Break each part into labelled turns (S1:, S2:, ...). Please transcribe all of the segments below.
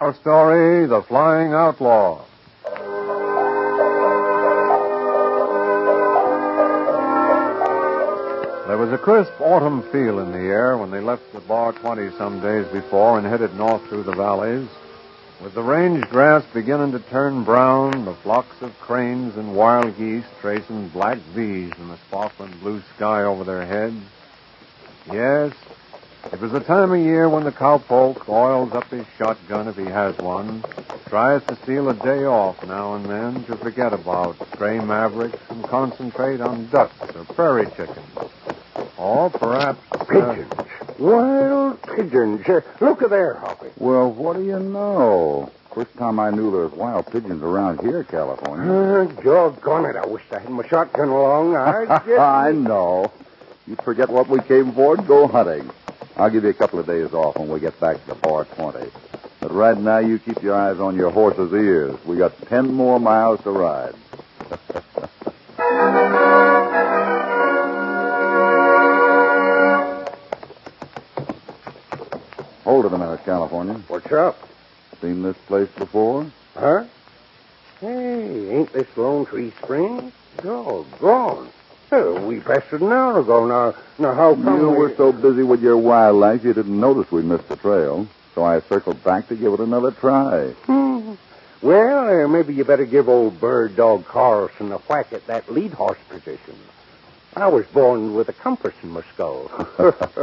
S1: Our story, The Flying Outlaw. There was a crisp autumn feel in the air when they left the Bar 20 some days before and headed north through the valleys. With the range grass beginning to turn brown, the flocks of cranes and wild geese tracing black V's in the sparkling blue sky over their heads. Yes, it was the time of year when the cowpoke oils up his shotgun if he has one, tries to steal a day off now and then to forget about stray mavericks and concentrate on ducks or prairie chickens. Or perhaps. uh,
S2: Pigeons. Wild pigeons. Uh, Look at there, Hoppy.
S3: Well, what do you know? First time I knew there was wild pigeons around here, California.
S2: Uh, doggone it. I wish I had my shotgun along. I'd get...
S3: I know. You forget what we came for and go hunting. I'll give you a couple of days off when we get back to the bar 20. But right now, you keep your eyes on your horse's ears. We got ten more miles to ride. Hold it a minute, California.
S2: What's up?
S3: Seen this place before?
S2: Huh? Hey, ain't this Lone Tree Spring? Doggone. Uh, we passed it an hour ago. Now, now how come
S3: You
S2: we...
S3: were so busy with your wildlife, you didn't notice we missed the trail. So I circled back to give it another try.
S2: Hmm. Well, uh, maybe you better give old bird dog Carlson a whack at that lead horse position. I was born with a compass in my skull.
S3: Well,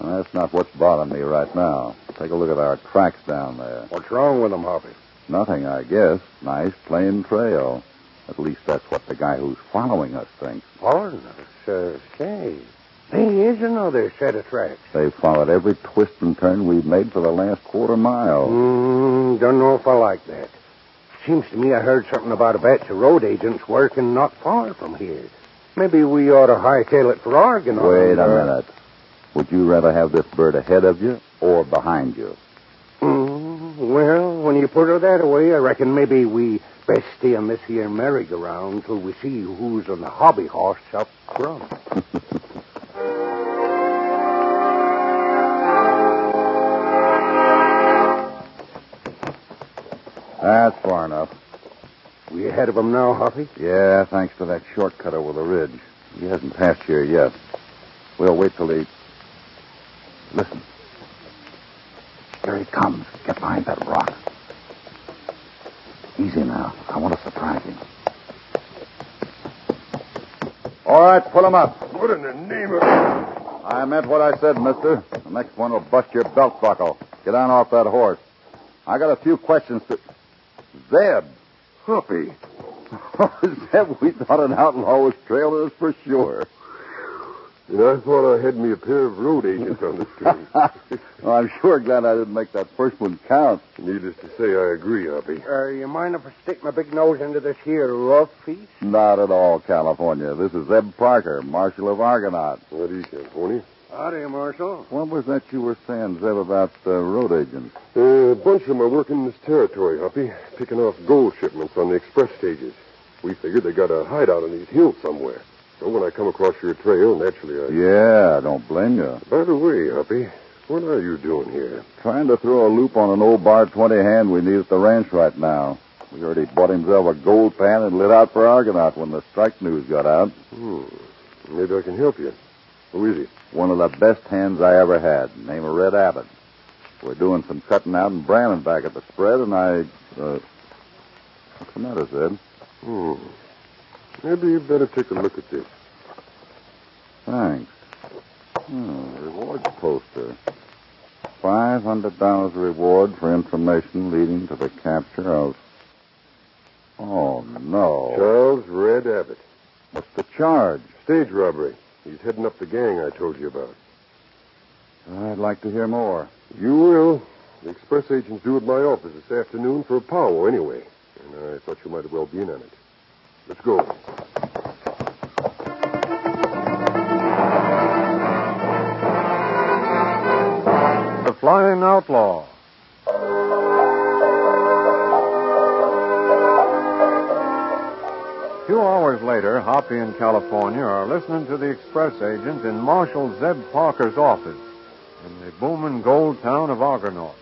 S3: that's not what's bothering me right now. Take a look at our tracks down there.
S2: What's wrong with 'em, Hoppy?
S3: Nothing, I guess. Nice, plain trail. At least that's what the guy who's following us thinks.
S2: Foreigners, uh, say. There is another set of tracks.
S3: They've followed every twist and turn we've made for the last quarter
S2: Oh.
S3: mile.
S2: Mm, don't know if I like that. Seems to me I heard something about a batch of road agents working not far from here. Maybe we ought to hightail it for Oregon. or-
S3: Wait a minute. Would you rather have this bird ahead of you or behind you?
S2: Mm, well, when you put her that way, I reckon maybe we best stay on this here merry-go-round till we see who's on the hobby horse up front.
S3: That's far enough.
S2: We ahead of 'em now, Hoppy?
S3: Yeah, thanks to that shortcut over the ridge. He hasn't passed here yet. We'll wait till he. Listen. Here he comes. Get behind that rock. Easy now. I want to surprise him. All right, pull him up.
S2: What in the name of...
S3: I meant what I said, mister. The next one will bust your belt buckle. Get on off that horse. I got a few questions to. Zeb.
S2: Hoppy.
S3: Zeb, we thought an outlaw was trailing us for sure.
S2: I thought I had me a pair of road agents on the street.
S3: Well, I'm sure glad I didn't make that first one count.
S2: Needless to say, I agree, Hoppy. Uh, you mind if I stick my big nose into this here rough piece?
S3: Not at all, California. This is Zeb Parker, Marshal of Argonaut.
S4: What is California?
S2: Howdy, Marshal.
S3: What was that you were saying, Zeb, about uh, road agents?
S4: Uh, a bunch of them are working this territory, Hoppy, picking off gold shipments on the express stages. We figured they got a hideout on these hills somewhere. So when I come across your trail, naturally I...
S3: Yeah, I don't blame you.
S4: By the way, Hoppy, what are you doing here?
S3: Trying to throw a loop on an old bar 20 hand we need at the ranch right now. We already bought himself a gold pan and lit out for Argonaut when the strike news got out.
S4: Hmm. Maybe I can help you. Who is he?
S3: One of the best hands I ever had, named Red Abbott. We're doing some cutting out and branding back at the spread, and I. Uh, what's the matter, Zeb?
S4: Hmm. Maybe you better take a look at this.
S3: Thanks. Hmm, reward poster. Five hundred dollars reward for information leading to the capture of. Oh no!
S4: Charles Red Abbott.
S3: What's the charge?
S4: Stage robbery. He's heading up the gang I told you about.
S3: I'd like to hear more.
S4: You will. The express agent's due at my office this afternoon for a powwow, anyway. And I thought you might have well been on it. Let's go.
S1: The Flying Outlaw. A few hours later, Hoppy and California are listening to the express agent in Marshal Zeb Parker's office in the booming gold town of Argonaut.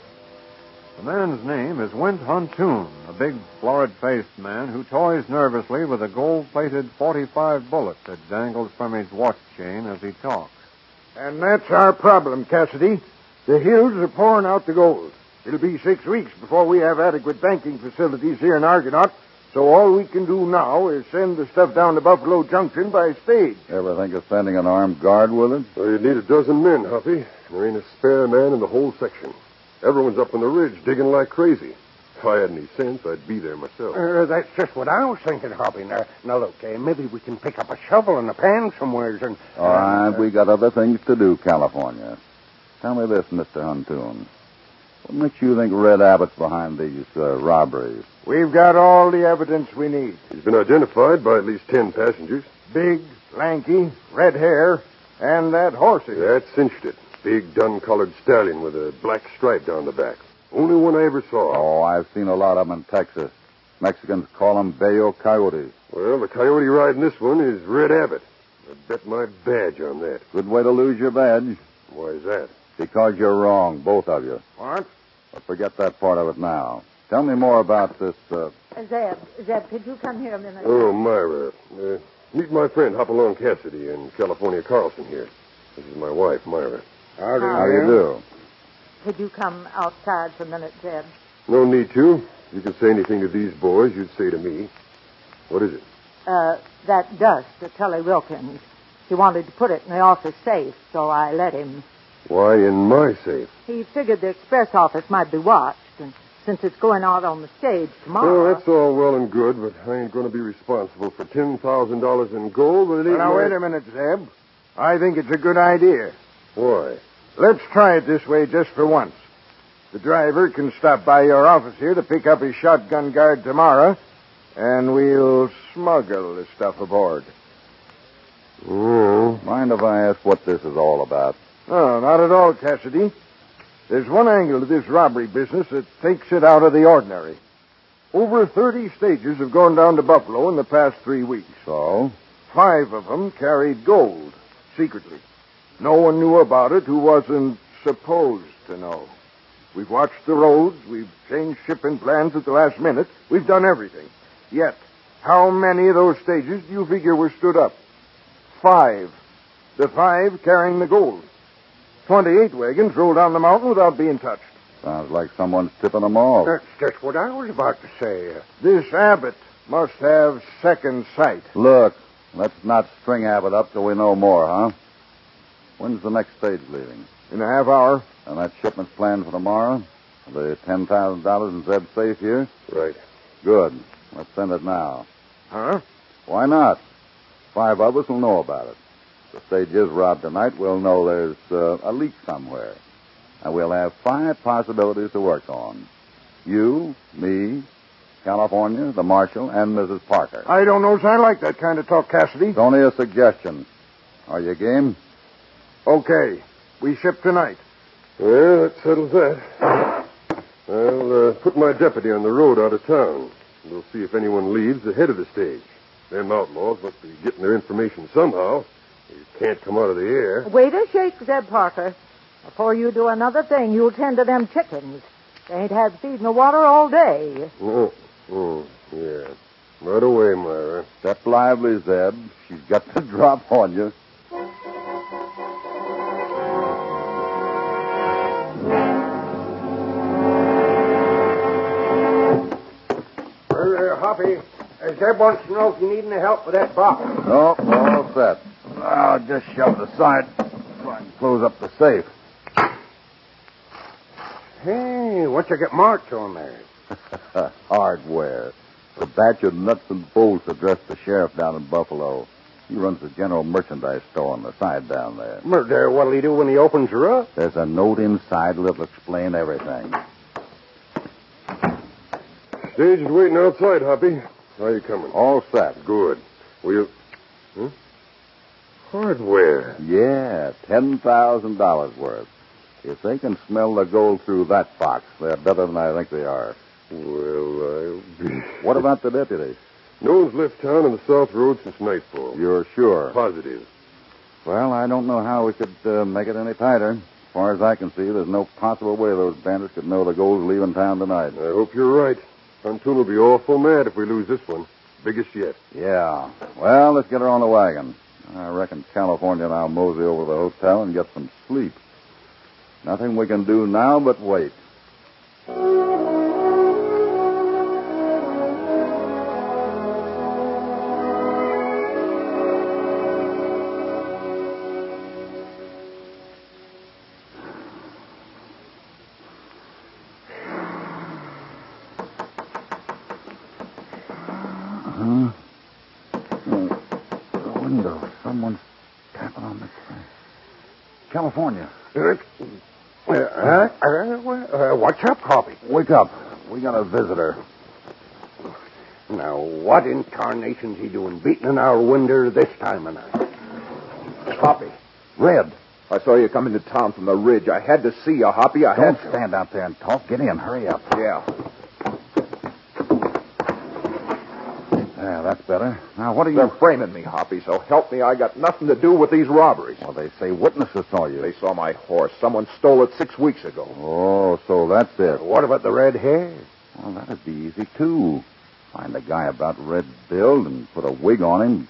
S5: The man's name is Wint Huntoon, a big, florid-faced man who toys nervously with a gold-plated 45 bullet that dangles from his watch chain as he talks.
S1: And that's our problem, Cassidy. The hills are pouring out the gold. It'll be six weeks before we have adequate banking facilities here in Argonaut, so all we can do now is send the stuff down to Buffalo Junction by stage.
S3: Ever think of sending an armed guard with it?
S4: Well, you'd need a dozen men, Huffy. There ain't a spare man in the whole section. Everyone's up on the ridge digging like crazy. If I had any sense, I'd be there myself.
S2: Uh, that's just what I was thinking, Hoppy. Now, now look, uh, maybe we can pick up a shovel and a pan somewheres and.
S3: All right, we got other things to do, California. Tell me this, Mr. Huntoon. What makes you think Red Abbott's behind these uh, robberies?
S1: We've got all the evidence we need.
S4: He's been identified by at least ten passengers.
S1: Big, lanky, red hair, and that horse. is-
S4: That cinched it. Big dun-colored stallion with a black stripe down the back. Only one I ever saw.
S3: Oh, I've seen a lot of them in Texas. Mexicans call them Bayo coyotes.
S4: Well, the coyote riding this one is Red Abbott. I bet my badge on that.
S3: Good way to lose your badge.
S4: Why's that?
S3: Because you're wrong, both of you.
S1: What?
S3: But forget that part of it now. Tell me more about this. Uh...
S6: Zeb, Zeb, could you come here a minute?
S4: Oh, Myra. Uh, meet my friend Hopalong Cassidy and California Carlson here. This is my wife, Myra.
S2: Howdy,
S3: How do you do?
S6: Could you come outside for a minute, Zeb?
S4: No need to. You can say anything to these boys you'd say to me. What is it?
S6: Uh, that dust at Tully Wilkins. He wanted to put it in the office safe, so I let him.
S4: Why in my safe?
S6: He figured the express office might be watched, and since it's going out on the stage
S4: Well,
S6: tomorrow.
S4: that's all well and good, but I ain't going to be responsible for ten thousand dollars in gold. But it ain't
S1: Now,
S4: my-
S1: wait a minute, Zeb. I think it's a good idea.
S4: Why?
S1: Let's try it this way just for once. The driver can stop by your office here to pick up his shotgun guard tomorrow, and we'll smuggle the stuff aboard.
S4: Oh,
S3: Mind if I ask what this is all about?
S1: No, not at all, Cassidy. There's one angle to this robbery business that takes it out of the ordinary. Over 30 stages have gone down to Buffalo in the past three weeks.
S3: So,
S1: Five of them carried gold, secretly. No one knew about it who wasn't supposed to know. We've watched the roads, we've changed shipping plans at the last minute, we've done everything. Yet, how many of those stages do you figure were stood up? Five. The five carrying the gold. Twenty-eight wagons rolled down the mountain without being touched.
S3: sounds like someone's tipping them off.
S2: Oh, That's just what I was about to say.
S1: This Abbott must have second sight.
S3: Look, let's not string Abbott up till we know more, huh? When's the next stage leaving?
S1: In a half hour,
S3: And that shipment's planned for tomorrow? The $10,000 in Zeb's safe here?
S4: right.
S3: Good. Let's send it now.
S1: huh?
S3: Why not? Five of us will know about it. The stage is robbed tonight. We'll know there's uh, a leak somewhere. And we'll have five possibilities to work on. You, me, California, the marshal, and Mrs. Parker.
S1: I don't know as I like that kind of talk, Cassidy.
S3: It's only a suggestion. Are you game?
S1: Okay. We ship tonight.
S4: Well, that settles that. I'll uh, put my deputy on the road out of town. We'll see if anyone leaves ahead of the stage. Them outlaws must be getting their information somehow. They can't come out of the air.
S6: Way to shake, Zeb Parker. Before you do another thing, you'll tend to them chickens. They ain't had feed nor water all day.
S4: Oh, oh, yeah. Right away, Myra.
S3: Step lively, Zeb. She's got the drop on you.
S2: Uh, Hoppy, uh, Zeb wants to know if you need any help with that box.
S3: No, all set. I'll just shove it aside so I can close up the safe.
S2: Hey, what you got marked on there?
S3: Hardware. It's a batch of nuts and bolts addressed to Sheriff down in Buffalo. He runs the general merchandise store on the side down there.
S2: Murder, what'll he do when he opens her up?
S3: There's a note inside that'll explain everything.
S4: Stage is waiting outside, Hoppy. How you coming?
S3: All set.
S4: Good. We'll. Huh? Hardware.
S3: Yeah, ten thousand dollars worth. If they can smell the gold through that box, they're better than I think they are.
S4: Well, I'll be.
S3: What about the deputy?
S4: No one's left town on the South Road since nightfall.
S3: You're sure?
S4: Positive.
S3: Well, I don't know how we could uh, make it any tighter. far as I can see, there's no possible way those bandits could know the gold's leaving town tonight.
S4: I hope you're right. Pontoon will be awful mad if we lose this one. Biggest yet.
S3: Yeah. Well, let's get her on the wagon. I reckon California and I'll mosey over to the hotel and get some sleep. Nothing we can do now but wait. Huh? Uh, the window. Someone's tapping on the glass. California.
S1: Uh, uh, uh, uh, what's up, Hobby?
S3: Wake up. We got a visitor.
S1: Now, what in tarnation's he doing beating in our window this time of night? Hoppy,
S3: Red.
S2: Uh, I saw you come into town from the ridge. I had to see you, Hoppy. I
S3: Don't
S2: had to.
S3: stand out there and talk. Get in. Hurry up.
S2: Yeah.
S3: Yeah, that's better. Now, what are you...
S2: They're framing me, Hoppy, so help me. I got nothing to do with these robberies.
S3: Well, they say witnesses saw you.
S2: They saw my horse. Someone stole it six weeks ago.
S3: Oh, so that's it.
S1: what about the red hair?
S3: Well, that'd be easy, too. Find a guy about red build and put a wig on him,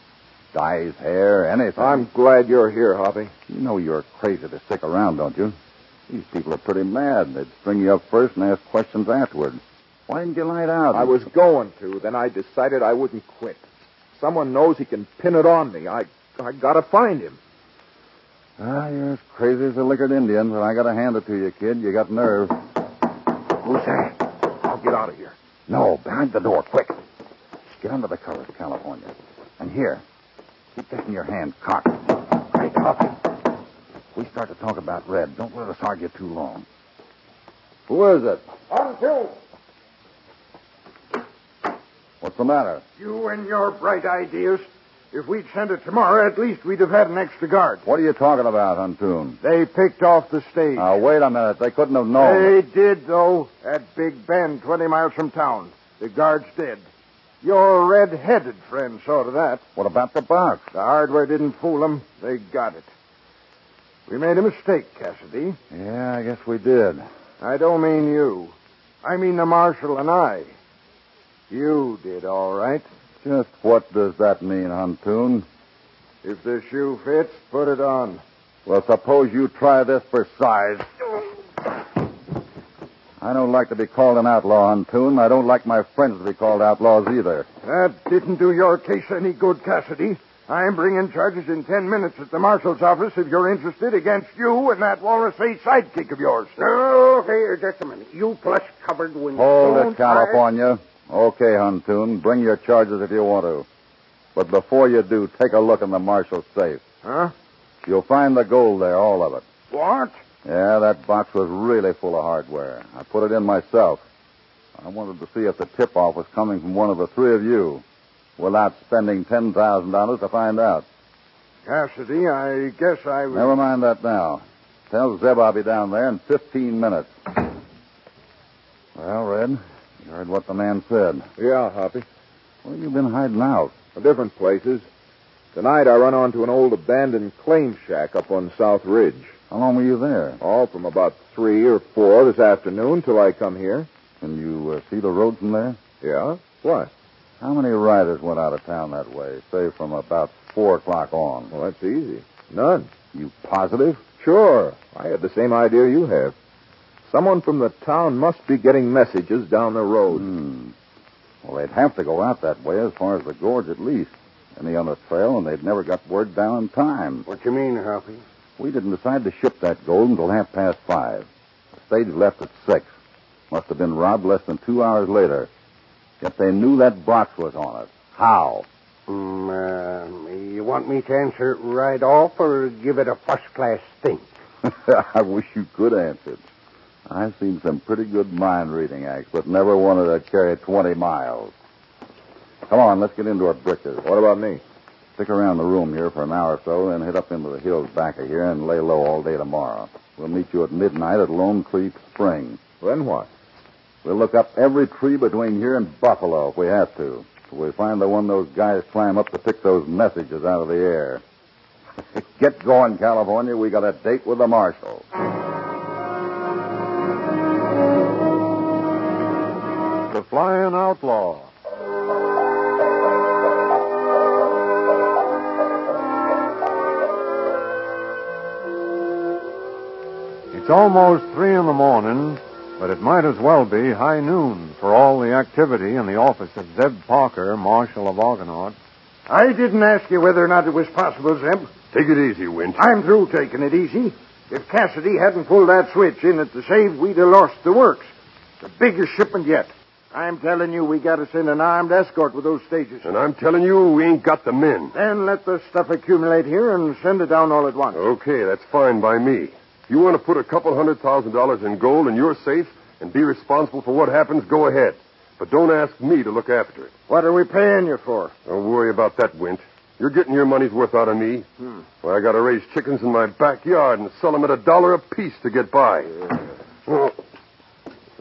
S3: dye his hair, anything.
S2: I'm glad you're here, Hoppy.
S3: You know you're crazy to stick around, don't you? These people are pretty mad. They'd string you up first and ask questions afterward. Why didn't you light out?
S2: I was going to. Then I decided I wouldn't quit. Someone knows he can pin it on me. I, I gotta find him.
S3: Ah, you're as crazy as a liquored Indian, but I gotta hand it to you, kid. You got nerve.
S2: Who's that? I'll get out of here.
S3: No, behind the door, quick. Get under the covers, California. And here, keep this in your hand, cocked. Right, Hoppy. We start to talk about Red. Don't let us argue too long. Who is it?
S1: Until
S3: What's the matter?
S1: you and your bright ideas. If we'd sent it tomorrow, at least we'd have had an extra guard.
S3: What are you talking about, Huntoon?
S1: They picked off the stage.
S3: Now, wait a minute. They couldn't have known.
S1: They did, though, at Big Bend, 20 miles from town. The guards did. Your red-headed friend saw to that.
S3: What about the box?
S1: The hardware didn't fool them. They got it. We made a mistake, Cassidy.
S3: Yeah, I guess we did.
S1: I don't mean you. I mean the marshal and I. You did all right.
S3: Just what does that mean, Huntoon?
S1: If the shoe fits, put it on.
S3: Well, suppose you try this for size. I don't like to be called an outlaw, Huntoon. I don't like my friends to be called outlaws either.
S1: That didn't do your case any good, Cassidy. I'm bringing charges in ten minutes at the marshal's office if you're interested against you and that walrusy sidekick of yours. No,
S2: uh,
S1: here, just a minute. You plush-covered window.
S3: Hold it, California. Okay, Huntoon. Bring your charges if you want to. But before you do, take a look in the marshal's safe.
S1: Huh?
S3: You'll find the gold there, all of it.
S1: What?
S3: Yeah, that box was really full of hardware. I put it in myself. I wanted to see if the tip off was coming from one of the three of you without spending $10,000 to find out.
S1: Cassidy, I guess I was...
S3: Never mind that now. Tell Zeb I'll be down there in 15 minutes. Well, Red, you heard what the man said.
S2: Yeah, Hoppy.
S3: Where have you been hiding out?
S2: Different places. Tonight I run onto an old abandoned claim shack up on South Ridge.
S3: How long were you there?
S2: All from about three or four this afternoon till I come here.
S3: Can you uh, see the road from there?
S2: Yeah? What?
S3: How many riders went out of town that way, say from about 4 o'clock on?
S2: Well, that's easy. None.
S3: You positive?
S2: Sure. I had the same idea you have. Someone from the town must be getting messages down the road.
S3: Hmm. Well, they'd have to go out that way as far as the gorge at least. Any on the trail, and they'd never got word down in time.
S1: What you mean, Hoppy?
S3: We didn't decide to ship that gold until half past five. The stage left at six. Must have been robbed less than two hours later. Yet they knew that box was on it. How?
S1: Mm, uh, you want me to answer it right off or give it a first-class think?
S3: I wish you could answer it. I've seen some pretty good mind reading acts, but never wanted to carry 20 miles. Come on, let's get into our brickers.
S2: What about me?
S3: Stick around the room here for an hour or so, then head up into the hills back of here and lay low all day tomorrow. We'll meet you at midnight at Lone Creek Spring.
S2: Then what?
S3: We'll look up every tree between here and Buffalo if we have to. If we find the one those guys climb up to pick those messages out of the air. Get going, California. We got a date with the marshal.
S7: Flying Outlaw. It's almost three in the morning, but it might as well be high noon for all the activity in the office of Zeb Parker, Marshal of Argonaut.
S1: I didn't ask you whether or not it was possible, Zeb.
S4: Take it easy, Winch.
S1: I'm through taking it easy. If Cassidy hadn't pulled that switch in at the save, we'd have lost the works. The biggest shipment yet. I'm telling you, we gotta send an armed escort with those stages.
S4: And I'm telling you, we ain't got the men.
S1: Then let the stuff accumulate here and send it down all at once.
S4: Okay, that's fine by me. You want to put a couple hundred thousand dollars in gold in your safe and be responsible for what happens, go ahead. But don't ask me to look after it.
S1: What are we paying you for?
S4: Don't worry about that, Wint. You're getting your money's worth out of me. Why, I got to raise chickens in my backyard and sell 'em at a dollar apiece to get by. Oh.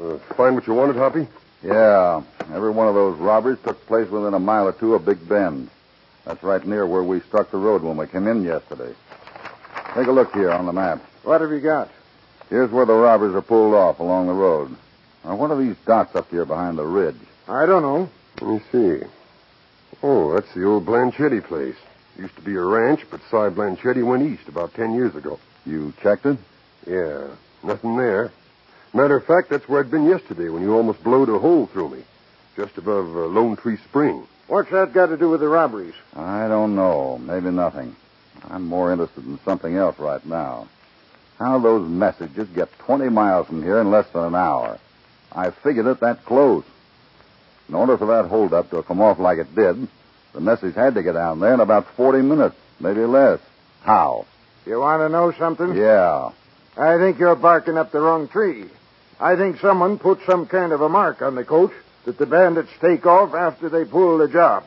S4: Uh, find what you wanted, Hoppy?
S3: Yeah, every one of those robberies took place within a mile or two of Big Bend. That's right near where we struck the road when we came in yesterday. Take a look here on the map.
S1: What have you got?
S3: Here's where the robbers are pulled off along the road. Now, what are these dots up here behind the ridge?
S1: I don't know.
S4: Let me see. Oh, that's the old Blanchetti place. Used to be a ranch, but Cy Blanchetti went east about ten years ago.
S3: You checked it?
S4: Yeah, nothing there. Matter of fact, that's where I'd been yesterday when you almost blowed a hole through me, just above uh, Lone Tree Spring.
S1: What's that got to do with the robberies?
S3: I don't know. Maybe nothing. I'm more interested in something else right now. How those messages get 20 miles from here in less than an hour. I figured it that close. In order for that holdup to come off like it did, the message had to get down there in about 40 minutes, maybe less. How?
S1: You want to know something?
S3: Yeah.
S1: I think you're barking up the wrong tree. I think someone put some kind of a mark on the coach that the bandits take off after they pull the job.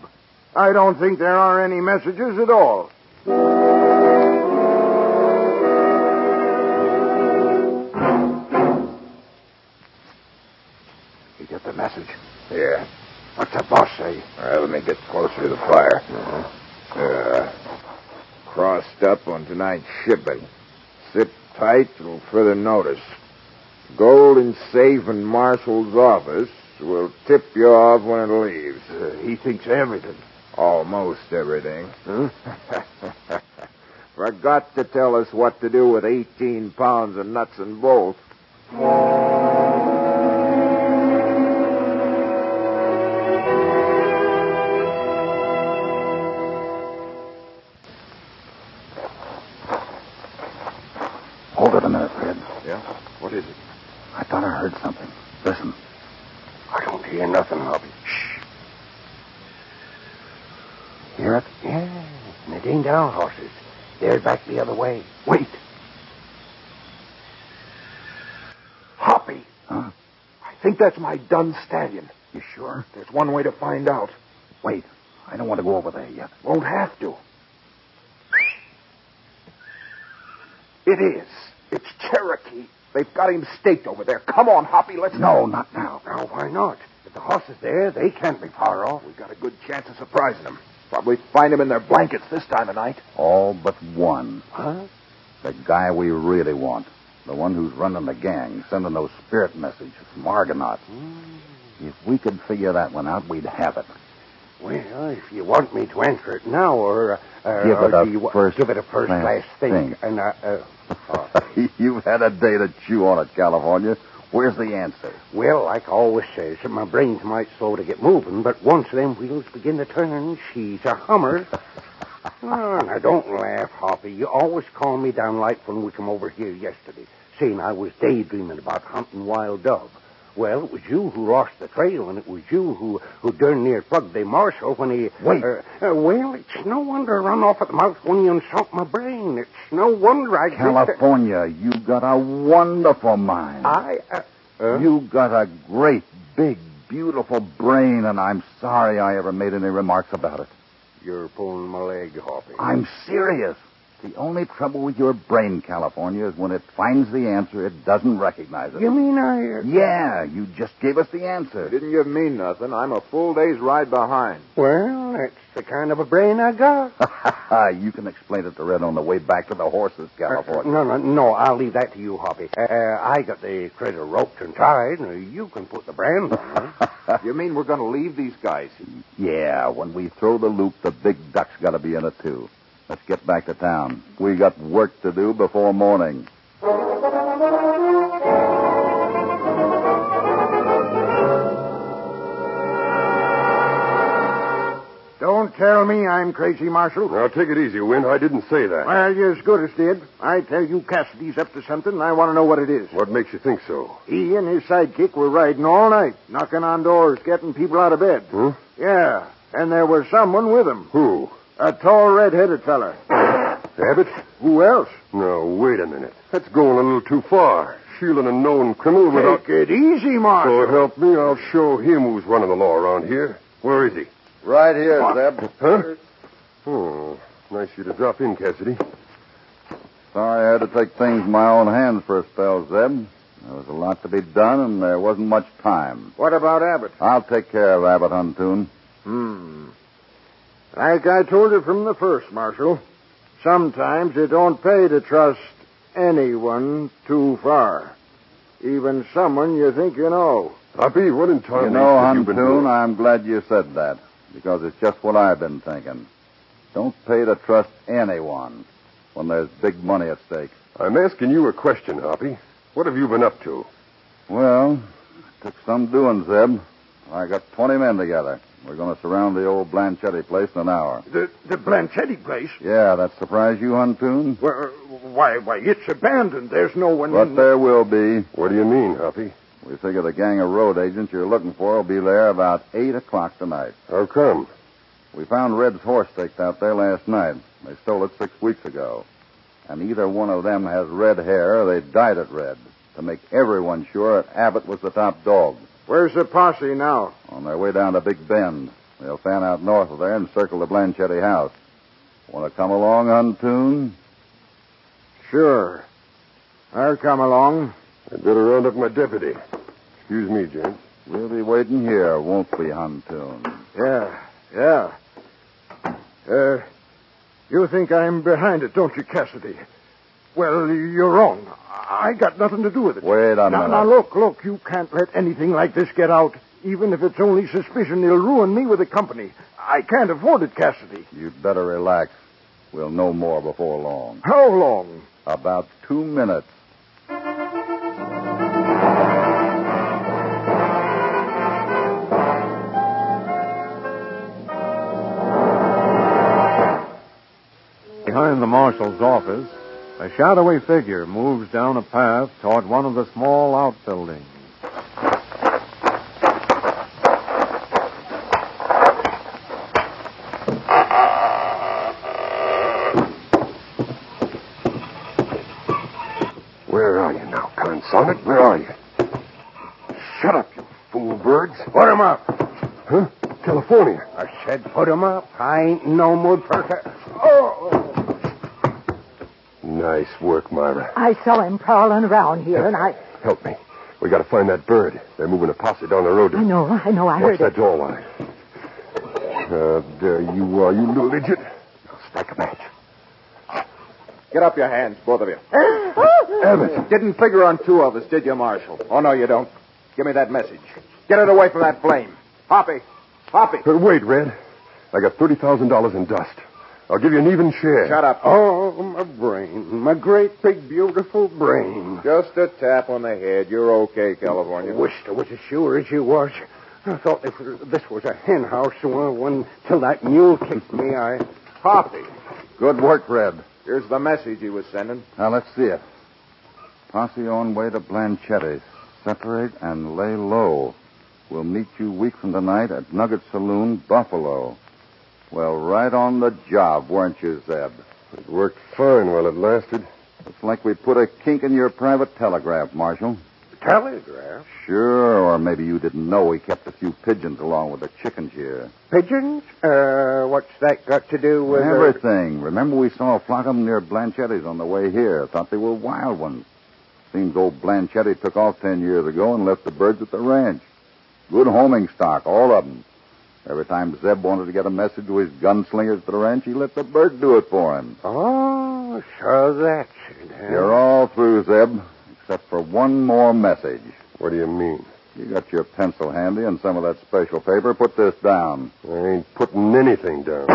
S1: I don't think there are any messages at all.
S2: You get the message? Yeah. What's the boss say? let me get closer to the fire.
S3: Uh-huh.
S2: Uh, crossed up on tonight's shipping. Sit tight till further notice. Gold in safe in Marshall's office. We'll tip you off when it leaves.
S1: Uh,
S2: he thinks everything. Almost everything. Huh? Forgot to tell us what to do with 18 pounds of nuts and bolts.
S3: Hold it a minute, Fred.
S2: Yeah? What is it?
S3: I thought I heard something. Listen.
S2: I don't hear nothing, Hoppy. Shh. Hear it? Yeah. And it ain't our horses. They're back the other way. Wait. Hoppy.
S3: Huh?
S2: I think that's my dun stallion.
S3: You sure?
S2: There's one way to find out.
S3: Wait. I don't want to go over there yet.
S2: Won't have to. It is. It's Cherokee. They've got him staked over there. Come on, Hoppy. Let's
S3: No, not now.
S2: Now, why not? If the horse is there, they can't be far off. We've got a good chance of surprising them. Probably find them in their blankets this time of night.
S3: All but one.
S2: Huh?
S3: The guy we really want. The one who's running the gang, sending those spirit messages from Argonaut.
S2: Hmm.
S3: If we could figure that one out, we'd have it.
S2: Well, if you want me to answer it now, or, uh,
S3: Give
S2: or
S3: it a
S2: do you wa-
S3: first
S2: give it a first class
S3: class
S2: thing,
S3: think.
S2: and uh, uh,
S3: You've had a day to chew on it, California. Where's the answer?
S2: well, like I always says, my brain's might slow to get moving, but once them wheels begin to turn, she's a hummer. oh, now don't laugh, Hoppy. You always calm me down like when we come over here yesterday, saying I was daydreaming about hunting wild dove. Well, it was you who lost the trail, and it was you who who darn near plugged the marshal when he
S3: Wait.
S2: Uh, uh, well, it's no wonder I run off at the mouth when you insult my brain. It's no wonder I get the-
S3: California, you've got a wonderful mind.
S2: I uh, Huh?
S3: You've got a great, big, beautiful brain, and I'm sorry I ever made any remarks about it.
S2: you're pulling my leg, Hoppy.
S3: I'm serious. The only trouble with your brain, California, is when it finds the answer, it doesn't recognize it.
S2: You mean I? Uh,
S3: Yeah, you just gave us the
S2: It
S3: answer.
S2: didn't give me nothing. I'm a full day's ride behind. Well, that's the kind of a brain I got.
S3: you can explain it to Red on the way back to the horses, California.
S2: no, no, no. I'll leave that to you, Hoppy. Uh, I got the credit roped and tied. and You can put the brand on it.
S1: You mean we're going to leave these guys?
S3: Yeah, when we throw the loop, the big duck's got to be in it, too. Let's get back to town. We got work to do before morning.
S1: Don't tell me I'm crazy, Marshal.
S4: Now, take it easy, Win. I didn't say
S2: uh,
S4: that.
S1: Well, you're as good as dead. I tell you Cassidy's up to something, and I want to know what it is.
S4: What makes you think so?
S1: He and his sidekick were riding all night, knocking on doors, getting people out of bed.
S4: Hmm?
S1: Yeah, and there was someone with him.
S4: Who?
S1: A tall, red-headed feller.
S4: Abbott?
S1: Who else?
S4: No, wait a minute. That's going a little too far. Shielding a known criminal without.
S1: Take it easy, Marshal.
S4: So help me, I'll show him who's running the law around here. Where is he?
S3: Right here, Zeb.
S4: Huh? Oh, nice you to drop in, Cassidy.
S3: Sorry I had to take things in my own hands for a spell, Zeb. There was a lot to be done, and there wasn't much time.
S1: What about Abbott?
S3: I'll take care of Abbott Huntoon.
S1: Hmm. Like I told you from the first, Marshal, sometimes it don't pay to trust anyone too far. Even someone you think you know.
S4: Hoppy, what in
S3: You
S4: time
S3: know,
S4: have you been doing?
S3: Huntoon, I'm glad you said that, because it's just what I've been thinking. Don't pay to trust anyone when there's big money at stake.
S4: I'm asking you a question, Hoppy. What have you been up to?
S3: Well, it took some doing, Zeb. I got 20 men together. We're going to surround the old Blanchetti place in an hour.
S1: The the Blanchetti place?
S3: Yeah, that surprise you, Huntoon?
S1: Well, why, why, it's abandoned. There's no one
S3: But there will be.
S4: What do you mean, Hoppy?
S3: We figure the gang of road agents you're looking for will be there about 8 o'clock tonight.
S4: How come?
S3: We found Red's horse staked out there last night. They stole it six weeks ago. And either one of them has red hair or they dyed it red to make everyone sure that Abbott was the top dog.
S1: Where's the posse now?
S3: On their way down to Big Bend, they'll fan out north of there and circle the Blanchetti house. Want to come along, Untoon?
S1: Sure. I'll come along.
S4: I'd better round up my deputy. Excuse me, gents.
S3: We'll be waiting here, won't we, Huntoon?
S1: Yeah, yeah. Uh, you think I'm behind it, don't you, Cassidy? Well, you're wrong. I got nothing to do with it.
S3: Wait a
S1: now,
S3: minute.
S1: now, look, look, you can't let anything like this get out. Even if it's only suspicion, it'll ruin me with the company. I can't afford it, Cassidy.
S3: You'd better relax. We'll know more before long.
S1: How long?
S3: About two minutes.
S7: Behind the marshal's office, a shadowy figure moves down a path toward one of the small outbuildings.
S4: Where are you now, consummate? Where are you? Shut up, you fool birds.
S1: Put him up.
S4: Huh? California.
S1: I said put him up. I ain't in no mood for... Oh!
S4: Nice work, Myra.
S6: I saw him prowling around here, and I.
S4: Help me. We gotta find that bird. They're moving a posse down the road.
S6: I know, I know, I
S4: Watch
S6: heard
S4: that
S6: it.
S4: door, Wally. Uh, there you are, you little idiot. Now strike a match.
S1: Get up your hands, both of you.
S4: Abbott.
S1: Didn't figure on two of us, did you, Marshal? Oh, no, you don't. Give me that message. Get it away from that flame. Hoppy. Hoppy.
S4: But Uh, wait, Red. I got $30,000 in dust. I'll give you an even share.
S1: Shut up.
S2: Oh, my brain. My great, big, beautiful brain.
S1: Just a tap on the head. You're okay, California.
S2: wished I was as sure as you was. I thought if this was a hen house, well, when till that mule kicked me, I.
S1: Hoppy.
S3: Good work, Red.
S1: Here's the message he was sending.
S3: Now let's see it. Posse on way to Blanchetti. Separate and lay low. We'll meet you week from tonight at Nugget Saloon, Buffalo. Well, right on the job, weren't you, Zeb?
S4: It worked fine while it lasted.
S3: It's like we put a kink in your private telegraph, Marshal.
S1: Telegraph?
S3: Sure, or maybe you didn't know we kept a few pigeons along with the chickens here.
S1: Pigeons? Uh, what's that got to do with... uh,
S3: Everything. Remember we saw a flock of 'em near Blanchetti's on the way here. Thought they were wild ones. Seems old Blanchetti took off ten years ago and left the birds at the ranch. Good homing stock, all of 'em. Every time Zeb wanted to get a message to his gunslingers at the ranch, he let the bird do it for him.
S1: Oh, so that's it. huh?
S3: You're all through, Zeb, except for one more message.
S4: What do you mean?
S3: You got your pencil handy and some of that special paper. Put this down.
S8: I ain't putting anything down.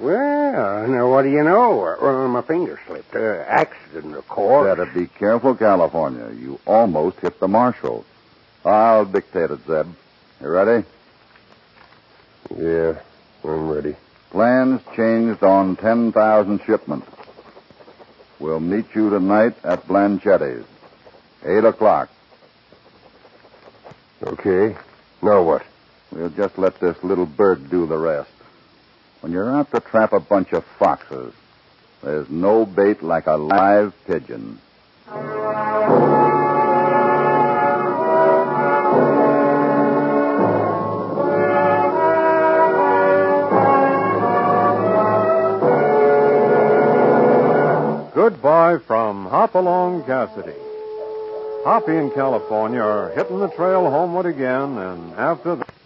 S2: Well, now what do you know? Uh, Well, my finger slipped. Uh, accident, of course.
S3: Better be careful, California. You almost hit the marshal. I'll dictate it, Zeb. You ready?
S8: Yeah, I'm ready.
S3: Plans changed on 10,000 shipments. We'll meet you tonight at Blanchetti's. 8 o'clock.
S8: Okay. Now what?
S3: We'll just let this little bird do the rest. When you're out to trap a bunch of foxes, there's no bait like a live pigeon.
S4: Goodbye from Hopalong Cassidy. Hoppy and California are hitting the trail homeward again, and after that.